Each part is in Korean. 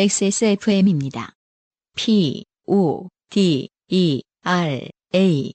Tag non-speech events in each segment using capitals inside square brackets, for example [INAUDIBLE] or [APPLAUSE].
XSFM입니다. P, O, D, E, R, A.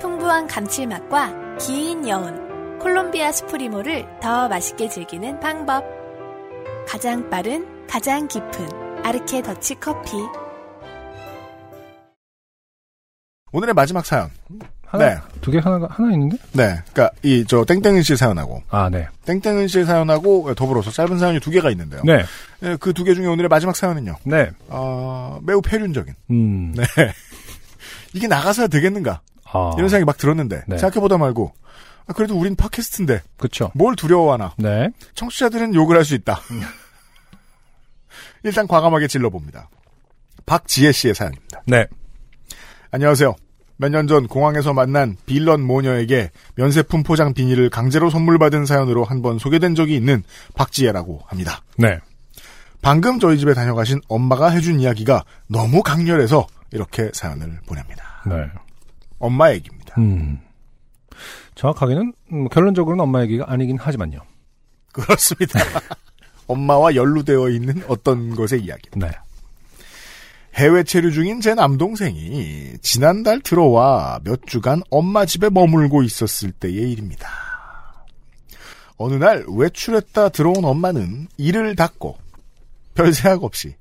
풍부한 감칠맛과 긴 여운, 콜롬비아 스프리모를 더 맛있게 즐기는 방법. 가장 빠른, 가장 깊은 아르케 더치 커피. 오늘의 마지막 사연. 하나, 네. 두 개 하나가 하나 있는데? 네. 그니까, 이, 저, 땡땡은 씨 사연하고, 아, 네. 땡땡은 씨 사연하고, 더불어서 짧은 사연이 두 개가 있는데요. 네. 그 두 개 중에 오늘의 마지막 사연은요, 네. 어, 매우 폐륜적인. 음. 네. 이게 나가서야 되겠는가? 아. 이런 생각이 막 들었는데, 네. 생각해보다 말고, 아, 그래도 우린 팟캐스트인데, 그쵸. 뭘 두려워하나. 네. 청취자들은 욕을 할 수 있다. [LAUGHS] 일단 과감하게 질러봅니다. 박지혜 씨의 사연입니다. 네. 안녕하세요. 몇 년 전 공항에서 만난 빌런 모녀에게 면세품 포장 비닐을 강제로 선물받은 사연으로 한 번 소개된 적이 있는 박지혜라고 합니다. 네. 방금 저희 집에 다녀가신 엄마가 해준 이야기가 너무 강렬해서 이렇게 사연을 보냅니다. 네. 엄마 얘기입니다. 음. 정확하게는 음, 결론적으로는 엄마 얘기가 아니긴 하지만요. 그렇습니다. 엄마와 연루되어 있는 어떤 것의 이야기. 네. 해외 체류 중인 제 남동생이 지난달 들어와 몇 주간 엄마 집에 머물고 있었을 때의 일입니다. 어느 날 외출했다 들어온 엄마는 이를 닦고 별 생각 없이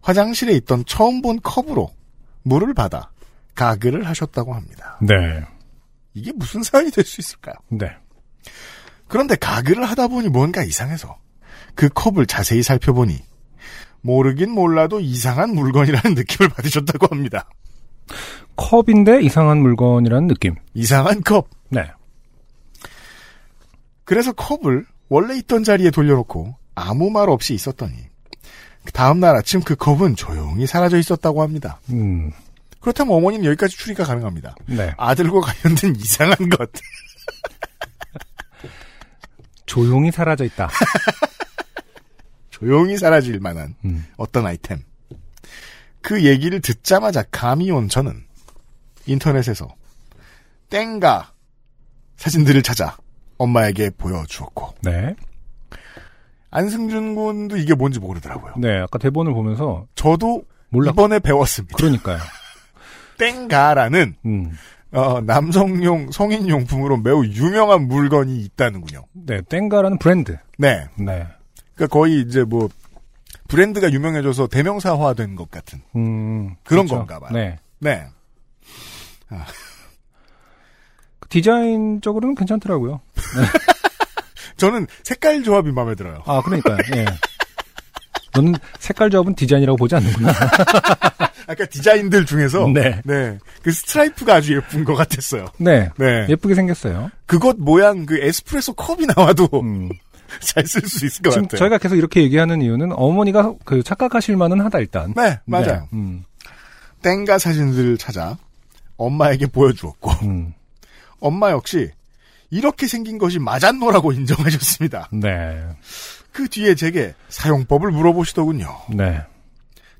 화장실에 있던 처음 본 컵으로 물을 받아 가글을 하셨다고 합니다. 네. 이게 무슨 사연이 될 수 있을까요? 네. 그런데 가글을 하다 보니 뭔가 이상해서 그 컵을 자세히 살펴보니 모르긴 몰라도 이상한 물건이라는 느낌을 받으셨다고 합니다. 컵인데 이상한 물건이라는 느낌. 이상한 컵. 네. 그래서 컵을 원래 있던 자리에 돌려놓고 아무 말 없이 있었더니 다음 날 아침 그 컵은 조용히 사라져 있었다고 합니다. 음. 그렇다면 어머니는 여기까지 추리가 가능합니다. 네. 아들과 관련된 [LAUGHS] 이상한 것. 조용히 사라져 있다. 조용히 사라질 만한 [LAUGHS] 음. 어떤 아이템. 그 얘기를 듣자마자 감이 온 저는 인터넷에서 땡가 사진들을 찾아 엄마에게 보여주었고 네. 안승준 군도 이게 뭔지 모르더라고요. 네. 아까 대본을 보면서 저도 몰라. 이번에 배웠습니다. 그러니까요. 땡가라는 음. 어, 남성용 성인 용품으로 매우 유명한 물건이 있다는군요. 네. 땡가라는 브랜드. 네, 네. 그러니까 거의 이제 뭐 브랜드가 유명해져서 대명사화된 것 같은 음. 그런 건가 봐요. 네. 네, 그 디자인적으로는 괜찮더라고요. 저는 색깔 조합이 마음에 들어요. 아, 그러니까요. 예. 너는 색깔 조합은 디자인이라고 [LAUGHS] 보지 않는구나. 아까 디자인들 중에서 네. 그 스트라이프가 아주 예쁜 것 같았어요. 네. 네. 예쁘게 생겼어요. 그것 모양 그 에스프레소 컵이 나와도 음. [LAUGHS] 잘 쓸 수 있을 것 지금 네. 같아요. 저희가 계속 이렇게 얘기하는 이유는 어머니가 그 착각하실 만은 하다 일단. 네, 맞아요. 네. 음. 땡가 사진들을 찾아 엄마에게 보여주었고 음. 엄마 역시 이렇게 생긴 것이 맞았노라고 인정하셨습니다. 네. 그 뒤에 제게 사용법을 물어보시더군요. 네.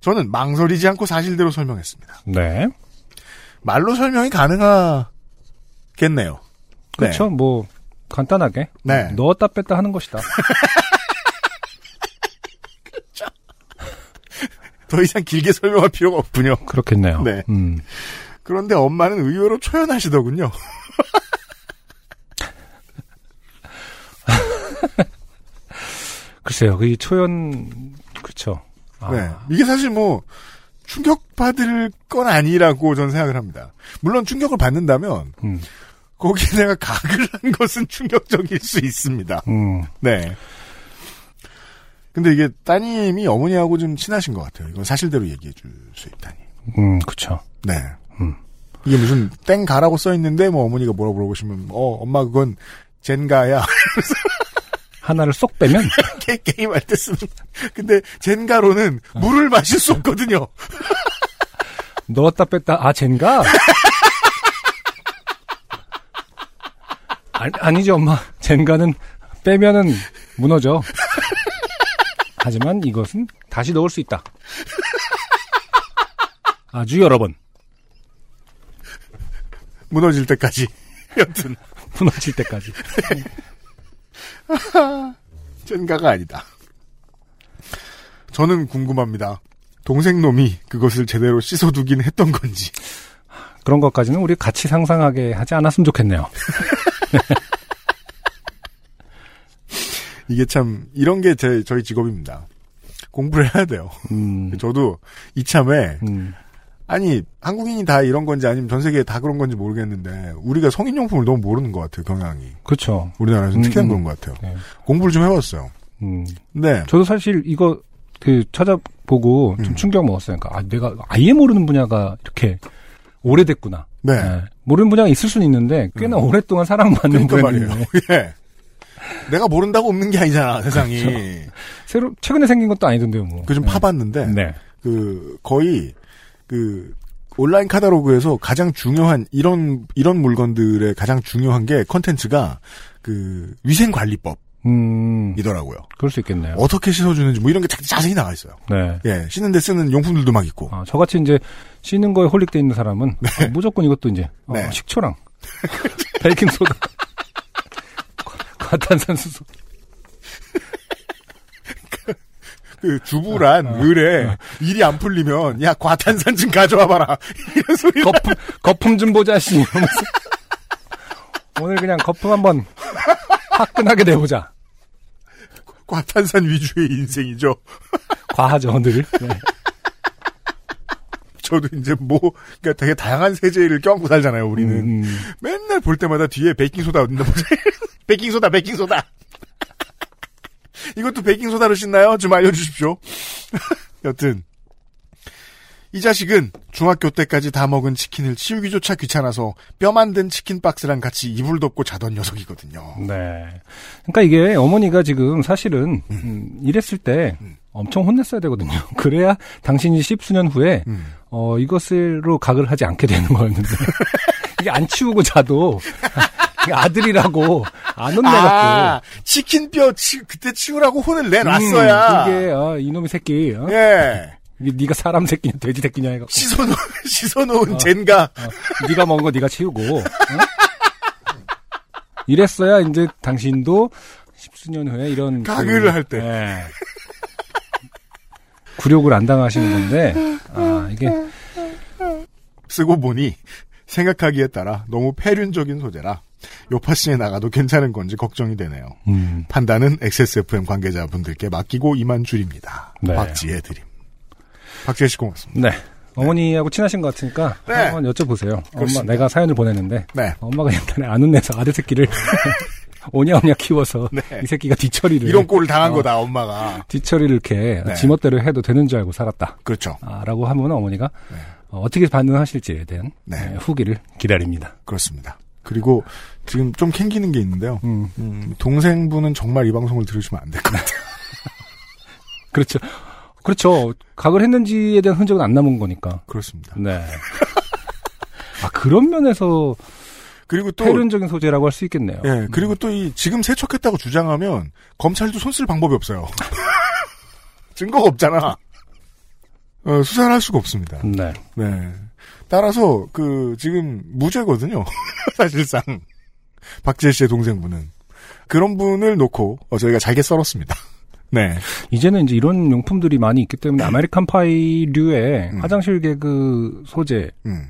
저는 망설이지 않고 사실대로 설명했습니다. 네. 말로 설명이 가능하겠네요. 그렇죠. 뭐 간단하게 네. 넣었다 뺐다 하는 것이다. 네. 더 이상 길게 설명할 필요가 없군요. [LAUGHS] 그렇겠네요. 네. 음. 그런데 엄마는 의외로 초연하시더군요. 글쎄요. 그 이 초연 그렇죠. 아, 네. 이게 사실 뭐, 충격받을 건 아니라고 저는 생각을 합니다. 물론 충격을 받는다면, 음. 거기에 내가 각을 한 것은 충격적일 수 있습니다. 음. 네. 근데 이게 따님이 어머니하고 좀 친하신 것 같아요. 이건 사실대로 얘기해 줄 수 있다니. 음. 그렇죠. 네. 음. 이게 무슨 땡가라고 써 있는데 뭐 어머니가 뭐라 물어보시면 어 엄마 그건 젠가야 [LAUGHS] 하나를 쏙 빼면 게- 게임할 때 쓰는 근데 젠가로는 물을 마실 수 없거든요 넣었다 뺐다 아 젠가? 아니, 아니지 엄마 젠가는 빼면은 무너져 하지만 이것은 다시 넣을 수 있다 아주 여러 번 무너질 때까지 여튼 무너질 때까지 젠가가 아니다. 저는 궁금합니다. 동생 놈이 그것을 제대로 씻어두긴 했던 건지. 그런 것까지는 우리 같이 상상하게 하지 않았으면 좋겠네요. 이게 참, 이런 게 제, 저희 직업입니다. 공부를 해야 돼요. 음, 저도 이참에, 음, 아니, 한국인이 다 이런 건지 아니면 전 세계 다 그런 건지 모르겠는데, 우리가 성인용품을 너무 모르는 것 같아요, 경향이. 그렇죠. 우리나라에서 음, 특히나 음. 그런 것 같아요. 네. 공부를 좀 해봤어요. 음. 네. 저도 사실 이거 그 찾아보고 좀 음. 충격 먹었어요. 그러니까 아, 내가 아예 모르는 분야가 이렇게 오래됐구나. 네. 예. 모르는 분야가 있을 수는 있는데 꽤나 음. 오랫동안 사랑받는 그러니까 분야인데 말이에요. [LAUGHS] 예. 내가 모른다고 없는 게 아니잖아, 세상이. [LAUGHS] 새로 최근에 생긴 것도 아니던데요. 뭐. 그 좀 예. 파봤는데, 그렇죠. 네. 그, 거의, 그, 온라인 카다로그에서 가장 중요한, 이런, 이런 물건들의 가장 중요한 게 컨텐츠가, 그, 위생관리법이더라고요. 음, 그럴 수 있겠네요. 예. 어떻게 씻어주는지, 뭐 이런 게 자- 자세히 나와 있어요. 네. 예, 씻는데 쓰는 용품들도 막 있고. 아, 저같이 이제 씻는 거에 홀릭돼 있는 사람은 아, 무조건 이것도 이제 어, 네. 식초랑 [LAUGHS] 베이킹 소다, [LAUGHS] 과탄산수소. 그 주부란 을에 일이 안 풀리면 야 과탄산 좀 가져와봐라 [LAUGHS] 이런 소리 거품, 거품 좀 보자, 씨. 이러면서. 오늘 그냥 거품 한번 화끈하게 내보자. 과탄산 위주의 인생이죠 과하죠, 늘. 네. 저도 이제 뭐 그러니까 되게 다양한 세제를 껴안고 살잖아요 우리는 음, 맨날 볼 때마다 뒤에 베이킹소다 어딨나 보세요 [LAUGHS] 베이킹소다 베이킹소다 [LAUGHS] 이것도 베이킹소다로 씻나요? 좀 알려주십시오 [LAUGHS] 여튼 이 자식은 중학교 때까지 다 먹은 치킨을 치우기조차 귀찮아서 뼈 만든 치킨 박스랑 같이 이불 덮고 자던 녀석이거든요 네. 그러니까 이게 어머니가 지금 사실은 음, 이랬을 때 엄청 혼냈어야 되거든요. [LAUGHS] 그래야 당신이 십수년 후에 음. 어, 이것으로 각을 하지 않게 되는 거였는데. [LAUGHS] 이게 안 치우고 자도 이게 아들이라고 안 혼내갖고. 아, 치킨뼈 치, 그때 치우라고 혼을 음, 내놨어야. 이게 아, 이놈의 새끼. 어? 예. 이게 네가 사람 새끼냐 돼지 새끼냐 해갖고. 씻어놓은, [LAUGHS] 씻어놓은 젠가. 어, 네가 먹은 거 네가 치우고. 어? 이랬어야 이제 당신도 십수년 후에 이런 가글을 그, 할 때. 예. 굴욕을 안 당하시는 건데 아 이게 쓰고 보니, 생각하기에 따라 너무 폐륜적인 소재라, 요파씨에 나가도 괜찮은 건지 걱정이 되네요. 음, 판단은 XSFM 관계자분들께 맡기고 이만 줄입니다. 네. 박지혜 드림. 박지혜 씨 고맙습니다. 네 어머니하고 친하신 것 같으니까 네. 한번 여쭤보세요. 엄마 그렇습니다. 내가 사연을 보냈는데 네. 엄마가 옛날에 안 혼내서 아들 새끼를 [LAUGHS] 오냐오냐 키워서 네. 이 새끼가 뒤처리를 이런 꼴을 당한 어. 거다, 엄마가. 뒤처리를 이렇게 네. 지멋대로 해도 되는 줄 알고 살았다. 그렇죠. 아, 라고 하면 어머니가 어, 떻게 반응하실지에 대한 네. 네, 후기를 기다립니다. 그렇습니다. 그리고 지금 좀 캥기는 게 있는데요. 음, 음, 동생분은 정말 이 방송을 들으시면 안 될 것 같아요. 그렇죠. 그렇죠. 각을 했는지에 대한 흔적은 안 남은 거니까. 그렇습니다. [LAUGHS] 네. 아, 그런 면에서 그리고 또 폐륜적인 소재라고 할 수 있겠네요. 예, 그리고 또 이 지금 세척했다고 주장하면 검찰도 손쓸 방법이 없어요. [LAUGHS] 증거가 없잖아. 어, 수사를 할 수가 없습니다. 네. 네. 따라서 그 지금 무죄거든요. [LAUGHS] 사실상 박지혜 씨의 동생분은 그런 분을 놓고 어, 저희가 잘게 썰었습니다. [LAUGHS] 네. 이제는 이제 이런 용품들이 많이 있기 때문에 아메리칸 파이류의 음. 화장실 개그 소재의 음.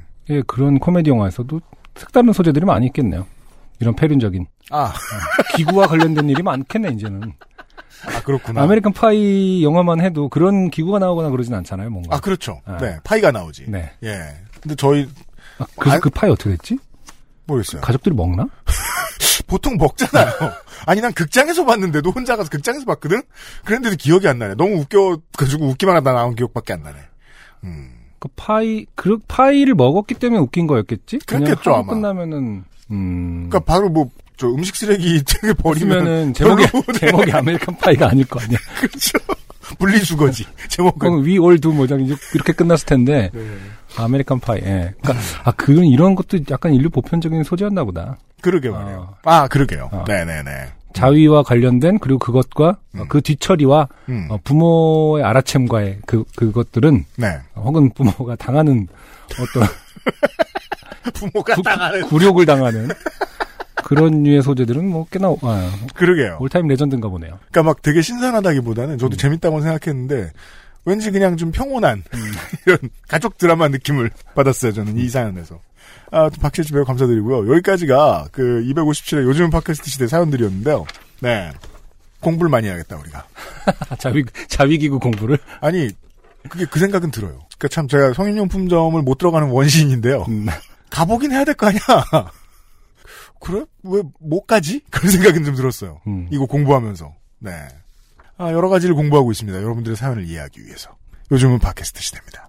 그런 코미디 영화에서도 색다른 소재들이 많이 있겠네요. 이런 폐륜적인 네. 아, 기구와 관련된 일이 많겠네 이제는. 아, 그렇구나. 아메리칸 파이 영화만 해도 그런 기구가 나오거나 그러진 않잖아요, 뭔가. 아 그렇죠. 아. 네. 파이가 나오지. 네. 예. 근데 저희 아, 그래서 아, 그 파이 어떻게 됐지? 모르겠어요. 가족들이 먹나? 보통 [LAUGHS] 먹잖아요. 아니 난 극장에서 봤는데도 혼자 가서 극장에서 봤거든. 그런데도 기억이 안 나네. 너무 웃겨가지고 웃기만 하다 나온 기억밖에 안 나네. 음, 그 파이 그 파이를 먹었기 때문에 웃긴 거였겠지? 그냥 그렇겠죠, 하루 아마. 끝나면은 음. 그러니까 바로 뭐 저 음식 쓰레기 [LAUGHS] 되게 버리면 그러면은 [LAUGHS] 제목이 별로- 네, 제목이 아메리칸 파이가 아닐 거 아니야. 그렇죠. [LAUGHS] [LAUGHS] 분리수거지 제목은. 그럼 위올드 뭐장 이렇게 끝났을 텐데 네. 아메리칸 파이. 예. 그러니까 아 그런 이런 것도 약간 인류 보편적인 소재였나 보다. 그러게 말이에요. 아 그러게요. 어. 네네네. 자위와 관련된 그리고 그것과 어, 음. 그 뒤처리와 음, 어, 부모의 알아챔과의 그 그것들은 네. 혹은 부모가 당하는 어떤 [LAUGHS] 부모가 구- 당하는 굴욕을 당하는 그런 류의 소재들은 뭐 꽤나 아, 그러게요. 올타임 레전드인가 보네요. 그러니까 막 되게 신선하다기보다는 저도 재밌다고 생각했는데 왠지 그냥 좀 평온한 [LAUGHS] 이런 가족 드라마 느낌을 받았어요. 저는 이 사연에서. 아, 또 박실주 배우 감사드리고요. 여기까지가 그 257회 요즘 팟캐스트 시대 사연들이었는데요. 네. 공부를 많이 해야겠다 우리가. 아, 자위 자위기구 공부를 아니 그게 그 생각은 들어요. 그러니까 참 제가 성인용품점을 못 들어가는 원신인데요. 음. 가보긴 해야 될 거 아니야. [LAUGHS] 그래? 왜 못 가지? 그런 생각은 좀 들었어요. 음. 이거 공부하면서. 네. 아, 여러 가지를 공부하고 있습니다. 여러분들의 사연을 이해하기 위해서. 요즘은 팟캐스트 시대입니다.